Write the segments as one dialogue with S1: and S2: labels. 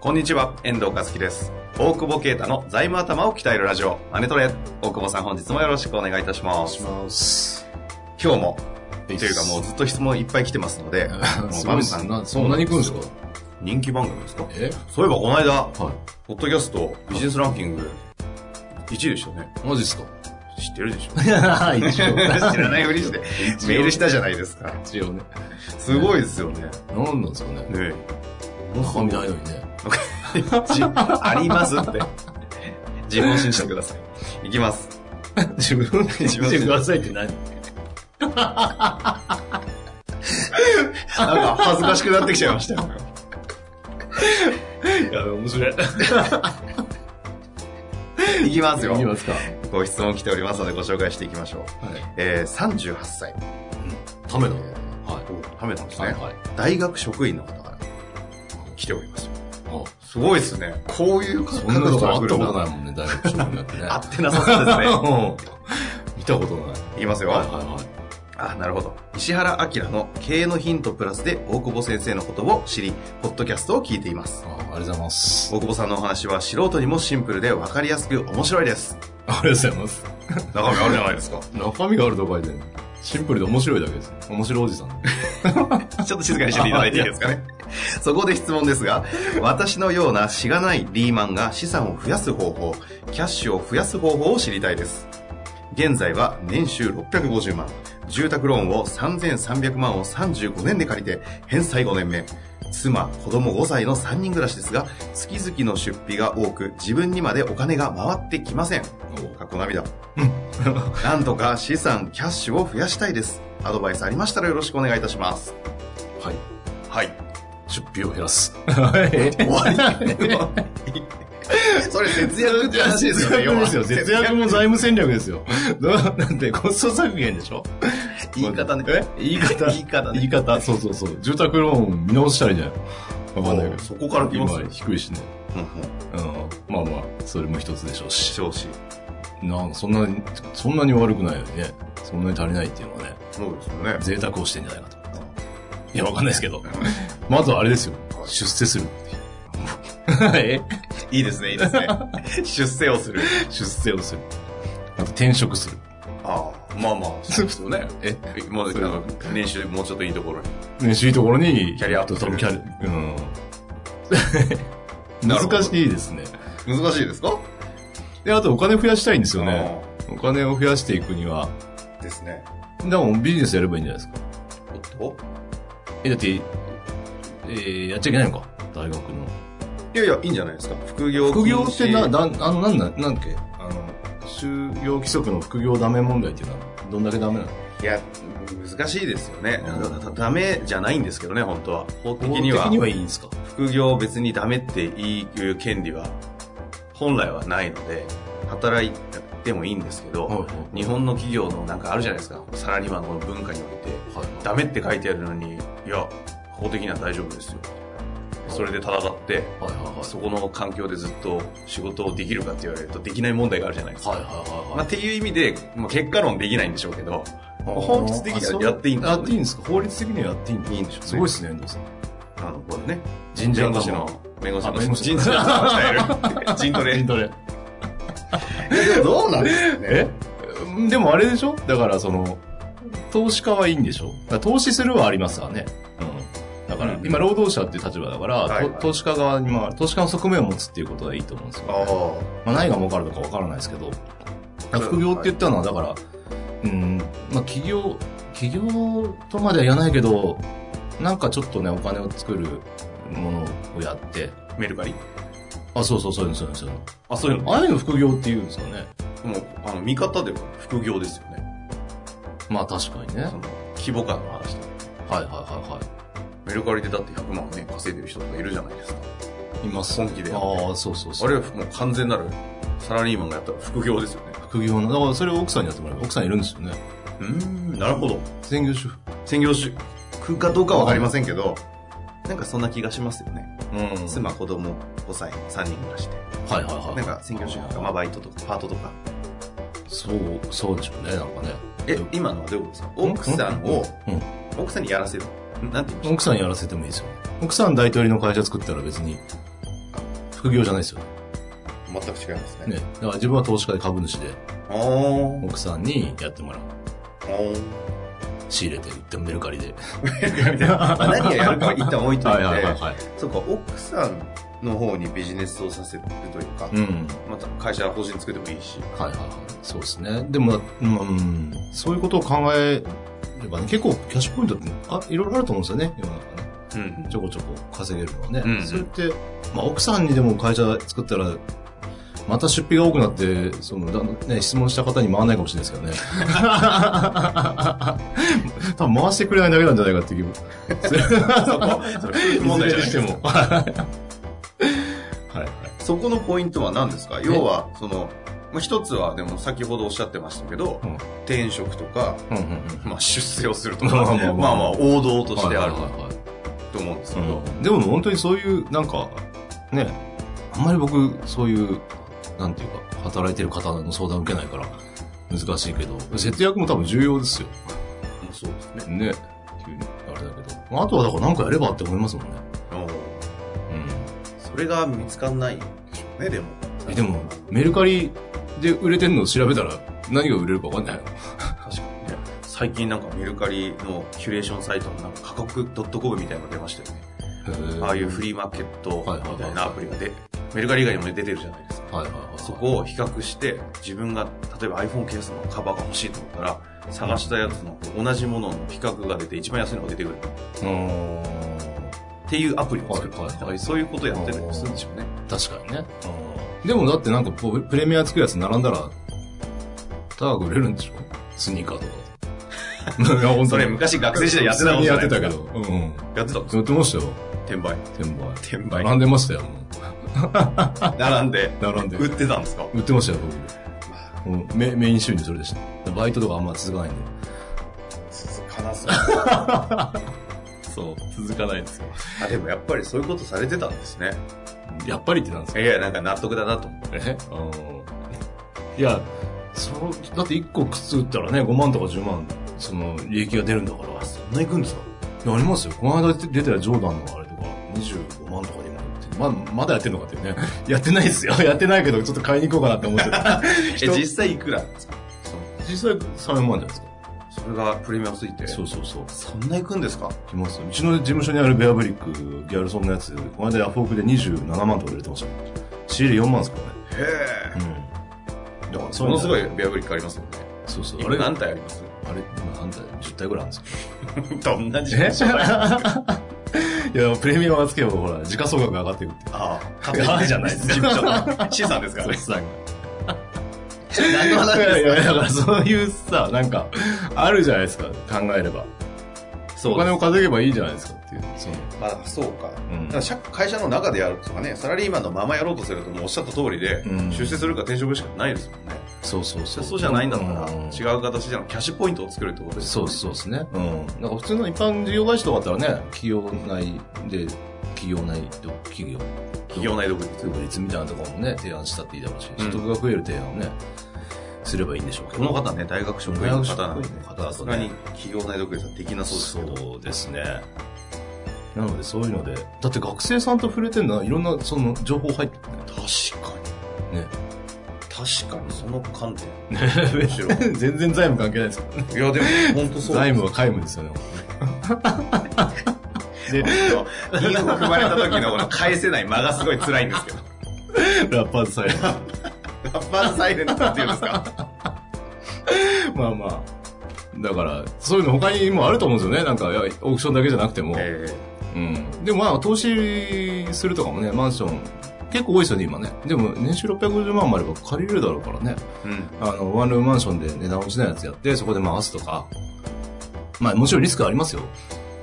S1: こんにちは、遠藤和樹です。大久保啓太の財務頭を鍛えるラジオ、マネトレ。大久保さん、本日もよろしくお願いいたしま
S2: お願いし
S1: す。
S2: ます。
S1: 今日も、
S2: と
S1: というかもうずっと質問いっぱぱい来てますので、
S2: う
S1: もう
S2: す
S1: バ
S2: ご
S1: ム
S2: いで
S1: さ
S2: す
S1: ん
S2: な、そんなに行くんですか
S1: 人気番組ですか
S2: え
S1: そういえばこの間、
S2: は
S1: ポッドキャストビジネスランキング1位でしたね。
S2: い。マジですか
S1: 知ってるでしょ
S2: 一
S1: 知らないふりして、
S2: 応
S1: メールしたじゃないですか。
S2: 一応ね。
S1: すごいですよね。ね
S2: 何なんですかね。
S1: え。
S2: 中身ないのにね。
S1: じありますって。自分を信じてください。いきます。
S2: 自分で
S1: 自分で
S2: てくださいって何
S1: なんか恥ずかしくなってきちゃいましたよ。
S2: いや、面 白い。
S1: いきますよ
S2: い。きますか。
S1: ご質問来ておりますのでご紹介していきましょう。
S2: はい。
S1: えー、38歳。
S2: ための。
S1: え
S2: は
S1: ーおはめたんです
S2: い。
S1: ね、
S2: はい。はい。
S1: 大学職員の方から来ておりますよ。
S2: あ
S1: すごいですね。こういう
S2: そんなことあ
S1: あ
S2: ったことないも んね、大学職員だってね。
S1: あってなさそう ですね。
S2: うん見たことない。
S1: いきますよ。
S2: はいはいはい。
S1: あ、なるほど。石原明の経営のヒントプラスで大久保先生のことを知り、ポッドキャストを聞いています。
S2: あありがとうございます。
S1: 大久保さんのお話は素人にもシンプルで分かりやすく面白いです。
S2: ありがとうございます。
S1: 中身あるじゃないですか。
S2: 中身があるとか言ってシンプルで面白いだけですね。面白お じさん。
S1: ちょっと静かにしていただいていいですかね。 そこで質問ですが、私のようなしがないリーマンが資産を増やす方法、キャッシュを増やす方法を知りたいです。現在は年収650万、住宅ローンを3300万を35年で借りて、返済5年目。妻、子供5歳の3人暮らしですが、月々の出費が多く、自分にまでお金が回ってきません。かっこ涙。なんとか資産、キャッシュを増やしたいです。アドバイスありましたらよろしくお願いいたします。
S2: はい。
S1: はい。
S2: 出費を減らす。はい。
S1: 終わり。 それ節約って話ですよね、要は
S2: ですよ。節約も財務戦略ですよ。どうなんて、コスト削減でしょ
S1: 言い方ね。
S2: え言い方。
S1: 言い方ね
S2: 言い方。そうそうそう。住宅ローン見直したらいいんじゃないのわかんないけど。
S1: そこから来ます
S2: 今低いしね。
S1: うんうん
S2: うん。まあまあ、それも一つでしょうし。
S1: 少子。
S2: なんかそんなに、そんなに悪くないよね。そんなに足りないっていうのはね、
S1: そうですよね。
S2: 贅沢をしてんじゃないかと。いや、わかんないですけど。まずはあれですよ。出世する。え
S1: いいですね、いいですね。出世をする。
S2: 出世をする。あと転職する。
S1: ああ、まあまあ、そうですよね。
S2: え
S1: もう、なんか、年収もうちょっといいところに。
S2: ね、しいところに、
S1: キャリアアップ
S2: と
S1: する
S2: キャリうん。
S1: なるほど
S2: 難しいですね。
S1: 難しいですか
S2: で、あとお金増やしたいんですよね。。お金を増やしていくには、
S1: ああですね。
S2: でもビジネスやればいいんじゃないですか。
S1: おっと
S2: え、だって、えーやっちゃいけないのか大学の。
S1: いやいや、いいんじゃないですか。副業
S2: 副
S1: 禁
S2: 業
S1: 止
S2: ってな、だ、あの、なんだ、なんだっけあの、就業規則の副業ダメ問題っていうのは、どんだけダメなの
S1: いや、難しいですよね。
S2: うん
S1: だからダメじゃないんですけどね、本当は。法的に
S2: 法
S1: は。
S2: 的にはいいんですか
S1: 副業を別にダメっていう権利は本来はないので働いてもいいんですけど、
S2: はい
S1: 日本の企業のなんかあるじゃないですかサラリーマンの文化において
S2: はい。
S1: ダメって書いてあるのにいや法的には大丈夫ですよそれで戦って
S2: はいはいはい。
S1: そこの環境でずっと仕事をできるかって言われるとできない問題があるじゃないですか、
S2: はいはい
S1: まあ、
S2: は
S1: っ
S2: い
S1: ていう意味で、まあ、結果論できないんでしょうけど
S2: はい。
S1: 法律的にはやっていいんです
S2: や
S1: よ
S2: っていいんですか法律的にはやっていいんだ
S1: いいんでしょうね
S2: すごいですね、遠藤さん。
S1: あのこれね
S2: 人事
S1: 弁
S2: 案
S1: 護
S2: だ
S1: 士
S2: もん
S1: の弁護士の
S2: あ弁護士
S1: 人事の人 が人トレ
S2: 筋トレ。
S1: どうなんですか
S2: えでもあれでしょだからその、投資家はいいんでしょだから投資するはありますわね。うん。だから、
S1: うん
S2: 今、労働者っていう立場だから、
S1: はいはい
S2: と投資家側に、まあ、投資家の側面を持つっていうことはいいと思うんですよ、
S1: ああ
S2: まあ、何が儲かるのかわからないですけど、だから副業って言ったのは、だから、うん、まあ、企業、企業とまでは言わないけど、なんかちょっとね、お金を作るものをやって、
S1: メルカリ
S2: あ、そうそう、そういうの、そういうの、そういう
S1: あ、そういうの
S2: の。ああいうの副業って言うんですかね。
S1: もう、あの、見方では副業ですよね。
S2: まあ確かにね。はい
S1: その規模感の話とか
S2: はいはいは
S1: メルカリでだって100万ね稼いでる人とかいるじゃないですか
S2: い。います。
S1: 本気でやって
S2: ああ、そうそうそ
S1: あ
S2: う。
S1: れはもう完全なるサラリーマンがやったら副業ですよね
S2: 副業の。だからそれを奥さんにやってもらえば、奥さんいるんですよね。
S1: うーんなるほど
S2: 専業主婦。
S1: 専業主婦かどうかは分かりませんけどなんかそんな気がしますよね、
S2: うん
S1: 妻子供5歳3人暮らして
S2: はいはいはい。
S1: なんか専業主婦とか、まあ、バイトとかパートとか
S2: そう、そうでしょうね、なんかね。
S1: え今のはどういうことですか奥さんを
S2: うんうん
S1: 奥さんにやらせるんなんて言いま
S2: 奥さんやらせてもいいですよ。奥さん大統領の会社作ったら別に、副業じゃないですよ。
S1: した全く違いますね
S2: ね。だから自分は投資家で株主で、
S1: あー
S2: 奥さんにやってもらう。
S1: あー
S2: 仕入れて、売ってメルカリ で。
S1: まあ何をやるかは一旦置いといて、
S2: はい。
S1: そうか、奥さんの方にビジネスをさせるというか、
S2: うん。
S1: また会社法人作ってもいいし。
S2: はいはいはい。そうですね。でも、うん、そういうことを考えればね、結構キャッシュポイントってあいろいろあると思うんですよね、世の中ね。
S1: うん。
S2: ちょこちょこ稼げるのはね。
S1: うん
S2: それって、まあ奥さんにでも会社作ったら、また出費が多くなって、その、だね、質問した方に回らないかもしれないですけど ね。多分回してくれないだけなんじゃないかっていう気も。
S1: そこ、それ問題じゃない
S2: ずれにしても。はいはい。
S1: そこのポイントは何ですか要は、その、まあ一つは、でも先ほどおっしゃってましたけど、
S2: うん
S1: 転職とか、
S2: うんうんうん。
S1: まあ出世をするとか、
S2: ま
S1: ま
S2: あ
S1: あ
S2: ま
S1: ま
S2: あ
S1: あ
S2: まあ
S1: 王道としてある
S2: はいはいはいはい
S1: と思うんですけど、
S2: うん、でも本当にそういう、なんか、ね、あんまり僕、そういう、なんていうか、働いてる方の相談受けないから、難しいけど、節約も多分重要ですよ。
S1: まあそうですね。
S2: ね。急に、あれだけど。まああとはだからなんかやればって思いますもんね。
S1: うん
S2: う
S1: それが見つかんないんでしょうね、でも。
S2: ん。えでも、メルカリで売れてんのを調べたら、何が売れるかわかんないの。
S1: 確かにね。最近なんかメルカリのキュレーションサイトのなんか価格 .com みたいなの出ましたよね。ああいうフ
S2: リ
S1: リーマーケット
S2: はいはいはい
S1: みたいなアプリがで、メルカリ以外にも出てるじゃないですか。
S2: はいはいはい。
S1: そこを比較して、自分が例えば iPhone ケースのカバーが欲しいと思ったら、探したやつの同じものの比較が出て、一番安いのが出てくるっ
S2: うーん。
S1: ていうアプリを作る
S2: はいはいはい
S1: そういうことをやってたりもするんでしょうね。
S2: 確かにね。でもだってなんかこう、プレミアつくやつ並んだら、高く売れるんでしょスニーカーとか。いや、本
S1: それ昔学生時代やってたことじゃ
S2: や
S1: な
S2: って
S1: いで
S2: た
S1: すか
S2: けど。うんうん。
S1: やってたんです
S2: やってましたよ。
S1: 転売。
S2: 転売。
S1: 転売。
S2: 並んでましたよ、も
S1: 並ん で、
S2: う。並んで。
S1: 売ってたんですか
S2: 売ってましたよ、僕。うんメメイン収入それでした。バイトとかあんま続かないんで。
S1: 続かなそ
S2: そう、続かないんですよ。
S1: あ、でもやっぱりそういうことされてたんですね。
S2: やっぱりってなんです
S1: い
S2: か
S1: や、なんか納得だなと思って。
S2: えうん。いや、その、だって1個靴売ったらね、5万とか10万、その、利益が出るんだから。
S1: そんな行くんですか
S2: いやありますよ。この間出てたジョーダンのあれとか、25万とかにも売ってまあ、まだやってんのかっていうね。 やってないですよ。やってないけど、ちょっと買いに行こうかなって思ってた。
S1: え、実際いくらですか
S2: 実際3万じゃないですか。
S1: それがプレミアムついて。
S2: そうそうそう。
S1: そんな行くんですか
S2: 来ますよ。うちの事務所にあるベアブリック、ギャルソンのやつ、この間ヤフオクで27万とか売れてましたよ。仕入れ4万ですか
S1: へ
S2: らね。うん。だから
S1: え。ものすごい。ベアブリックありますよね。
S2: そうそう。あ
S1: 今
S2: れ、あ
S1: 何
S2: れ、
S1: 体あります
S2: 今あんた10体ぐらいあるんですよ。
S1: どんな時
S2: え
S1: 代
S2: いや、プレミアムがつけば、ほら、時価総額が上がっていくって。
S1: ああ、勝
S2: 勝手にじゃな いです
S1: 事務所の資産ですからね。
S2: さ
S1: 何の話
S2: いやい
S1: で
S2: や、だからそういうさ、なんか、あるじゃないですか、考えれば。
S1: す
S2: お
S1: か
S2: 金を稼げばいいじゃないですかっていう。そう。
S1: まあ、そうか。
S2: うん
S1: だから社会社の中でやるとかね、サラリーマンのままやろうとすると、もうおっしゃった通りで、
S2: うん
S1: 出世するか転職しかないですもんね。
S2: そうそう
S1: そ
S2: そ。
S1: ううそうじゃないんだったら、
S2: うん
S1: 違う形でのキャッシュポイントを作るってことです
S2: そうそうですね。うん。なんか普通の一般事業会社とかだったらね、企業内で、企業内と企業。
S1: 企業内独立。
S2: 独立みたいなところもね、提案したっていいだろうし、
S1: うん
S2: 所得が増える提案をね、すればいいんでしょうけ
S1: こ
S2: ど。
S1: の方ね、大学職員の方なんで
S2: 大学職員の、方だと
S1: さ
S2: ね
S1: すがに企業内独立はできなそうですけど。
S2: そうですね。なので、そういうので、だって学生さんと触れてるのは、いろんな、その、情報入ってるね。
S1: 確かに。
S2: ね。
S1: 確かに、その観点。
S2: む
S1: しろ
S2: 全然財務関係ないですからね。
S1: いや、でも、本当そう。
S2: 財務は皆無ですよね。で、
S1: インフを踏まれた時のこの返せない間がすごい辛いんですけど。
S2: ラッパーズ財務。
S1: ラッパーズサイレントって言うんですか
S2: まあまあ。だから、そういうの他にもあると思うんですよね。なんか、いやオークションだけじゃなくても。
S1: え
S2: うん。でもまあ、投資するとかもね、マンション結構多いですよね、今ね。でも、年収650万もあれば借りれるだろうからね。
S1: うん。
S2: あの、ワンルームマンションで値段落ちないやつやって、そこで回すとか。まあ、もちろんリスクはありますよ。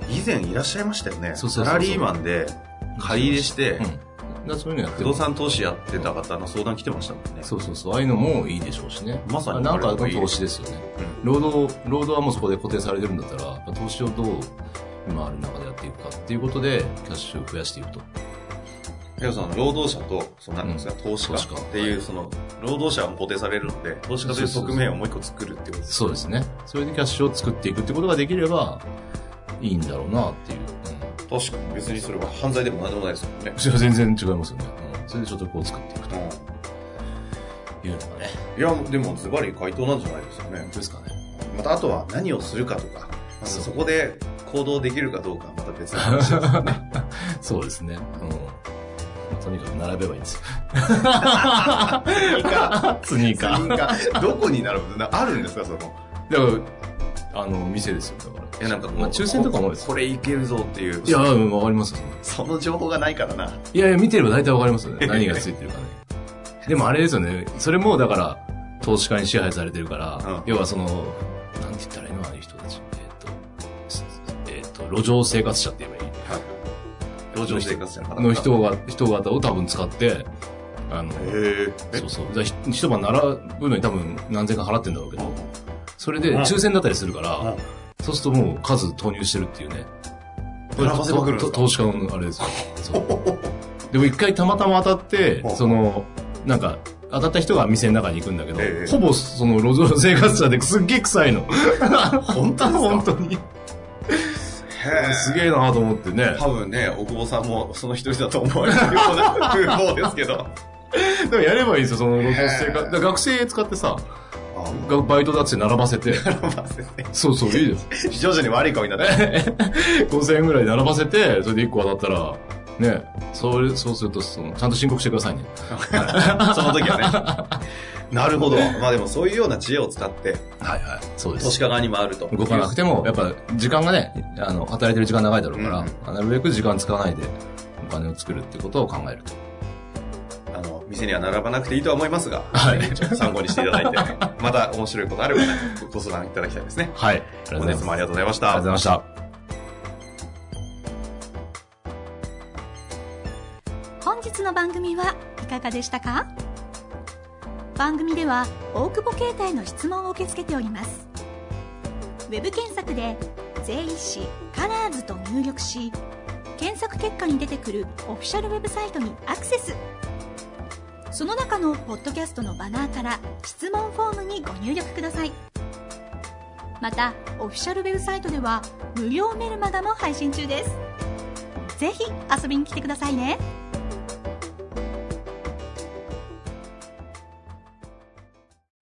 S1: 以前いらっしゃいましたよね。
S2: そうそうそ
S1: サ
S2: うそう
S1: ラリーマンで、借り入れして
S2: うん。だからそういうのやって
S1: 不動産投資やってた方の相談来てましたもんね。
S2: そうそうそう。ああいうのもいいでしょうしね。
S1: まさに
S2: なんかの投資ですよね。労働、労働はもうそこで固定されてるんだったら、投資をどう今ある中でやっていくかっていうことで、キャッシュを増やしていくと。
S1: 要はその労働者と、そのなんですか、投資家
S2: 投資家
S1: っていう、その、労働者は固定されるので、投資家という側面をもう一個作るってことです。
S2: そうですね。それでキャッシュを作っていくってことができれば、いいんだろうなっていう。
S1: 確かに別にそれは犯罪でもなんでもないですもんね
S2: うん。。それは全然違いますよね。うん。それでちょっとこう作っていくというのがね。
S1: うん。いや、でもズバリ回答なんじゃないですかね
S2: 本。当ですかね。
S1: またあとは何をするかとか、あの
S2: そう
S1: そこで行動できるかどうかはまた別の 話です。
S2: そうですね。うん。とにかく並べばいいんですよ。
S1: いいか
S2: スニ
S1: いい かどこに並ぶのなあるんですか、その。
S2: だから、あの、店ですよ、だから。
S1: いや、なんかこう
S2: まあ、抽選とかも
S1: こ
S2: です
S1: これいけるぞっていう。
S2: いや、うんわかりますよ。
S1: その情報がないからな。
S2: いやいや、見てれば大体わかり ますよね。何がついてるかね。でもあれですよね。それも、だから、投資家に支配されてるから、
S1: うん
S2: 要はその、なんて言ったらいいのああいう人たち。えっ、と、すえっ、と、路上生活者って言えばいい。
S1: 路上生活者
S2: の。人が、人型を多分使って、あの、
S1: へえ。
S2: そうそう。だからひ一晩並ぶのに多分何千か払ってんだろうけど、それで
S1: うん
S2: 抽選だったりするから、
S1: うん
S2: そうするともう数投入してるっていうね。
S1: 並ばせまくるんです
S2: と
S1: か
S2: 投資家のあれですよ。そうでも一回たまたま当たって
S1: う、ん
S2: その、なんか、当たった人が店の中に行くんだけど、
S1: ええ
S2: ほぼその路上生活者ですっげえ臭いの。
S1: 本当ですか
S2: 本当に。
S1: へえ。
S2: すげえなと思ってね。
S1: 多分ね、大久保さんもその一人だと思われるような風貌ですけど。
S2: でもやればいいんですよ、その路上生活。
S1: へえ
S2: だから学生使ってさ、 がバイトだって並ばせて。そうそう、いい です。
S1: 徐々に悪い顔になってる。
S2: 5000円ぐらい並ばせて、それで1個当たったら、ね、それそうするとその、ちゃんと申告してくださいね。
S1: その時はね。なるほど。まあでもそういうような知恵を使って、
S2: はいはい。そうで
S1: 投資
S2: す。
S1: 家側に回ると。
S2: 動かなくても、やっぱ、時間がね、あの、働いてる時間長いだろうから、なるべく時間使わないで、お金を作るってことを考えると。
S1: あの、店には並ばなくていいとは思いますが、
S2: はい
S1: ちょっと参考にしていただいて、また面白いことあれば、ね、ご相談いただきたいですね。
S2: はい。ありがとうご
S1: 本
S2: ざい
S1: 日
S2: ます。
S1: も
S2: あ
S1: ありがとうございまし
S2: りが
S1: た
S2: とうござい。ました。
S3: 本日の番組はいかがでしたか番組では大久保携帯の質問を受け付けておりますウェブ検索で「税理士カラーズと入力し検索結果に出てくるオフィシャルウェブサイトにアクセスその中のポッドキャストのバナーから質問フォームにご入力くださいまたオフィシャルウェブサイトでは無料メルマガも配信中ですぜひ遊びに来てくださいね